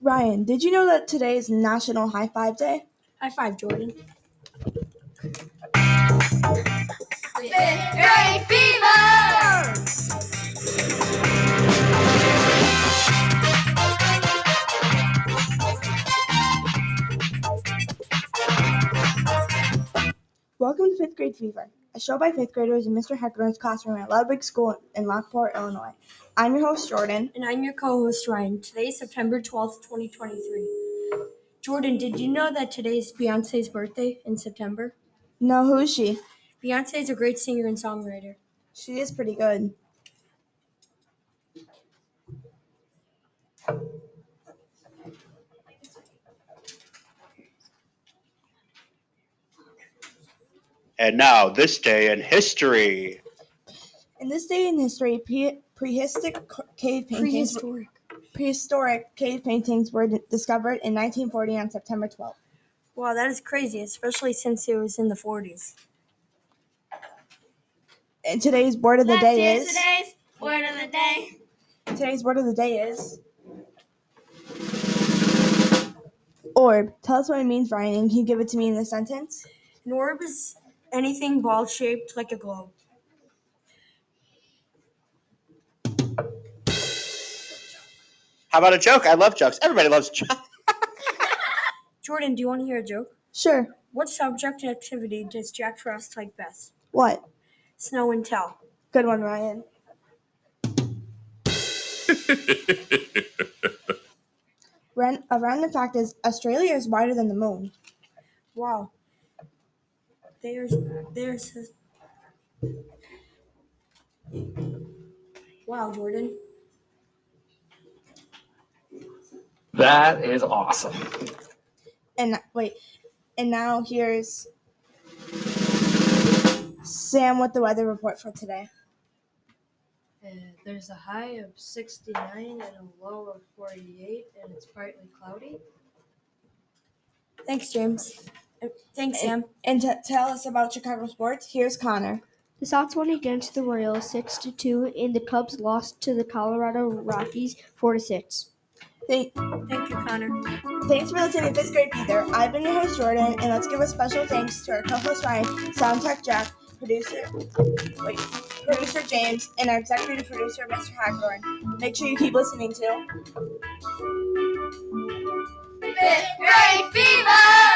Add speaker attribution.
Speaker 1: Ryan, did you know that today is National High Five Day?
Speaker 2: High five, Jordan.
Speaker 3: Fifth grade fever!
Speaker 1: Welcome to Fifth Grade Fever, a show by fifth graders in Mr. Heckler's classroom at Ludwig School in Lockport, Illinois. I'm your host, Jordan.
Speaker 2: And I'm your co host, Ryan. Today is September 12th, 2023. Jordan, did you know that today is Beyonce's birthday in September?
Speaker 1: No, who is she?
Speaker 2: Beyonce is a great singer and songwriter.
Speaker 1: She is pretty good.
Speaker 4: And now, this day in history.
Speaker 1: In this day in history, pre- prehistoric c- cave paintings
Speaker 2: Prehistoric.
Speaker 1: prehistoric cave paintings were d- discovered in 1940 on September 12th.
Speaker 2: Wow, that is crazy, especially since it was in the 40s.
Speaker 1: And today's word of the
Speaker 3: Let's
Speaker 1: day
Speaker 3: hear
Speaker 1: is
Speaker 3: today's word of the day.
Speaker 1: today's word of the day is orb. Tell us what it means, Ryan, and can you give it to me in a sentence?
Speaker 2: An orb is anything ball shaped like a globe.
Speaker 4: How about a joke? I love jokes. Everybody loves jokes.
Speaker 2: Jordan, do you want to hear a joke?
Speaker 1: Sure.
Speaker 2: What subject activity does Jack Frost like best?
Speaker 1: What?
Speaker 2: Snow and tell.
Speaker 1: Good one, Ryan. Ran- a random fact is Australia is wider than the moon.
Speaker 2: Wow. There's, there's. Wow, Jordan.
Speaker 5: That is awesome.
Speaker 1: And wait, and now here's Sam with the weather report for today.
Speaker 6: Uh, there's a high of 69 and a low of 48, and it's partly cloudy.
Speaker 2: Thanks, James. Uh, Thanks, Sam.
Speaker 1: And to tell us about Chicago sports, here's Connor.
Speaker 7: The Sox won against the Royals 6 to 2 and the Cubs lost to the Colorado Rockies 4 to 6.
Speaker 1: Thank-
Speaker 2: Thank you, Connor.
Speaker 1: thanks for listening to Fifth Grade Feather. I've been your host Jordan, and let's give a special thanks to our co-host Ryan, Sound Tech Jack, producer, wait, producer James, and our executive producer Mr. Hagthorn. Make sure you keep listening to.
Speaker 3: Fifth grade fever!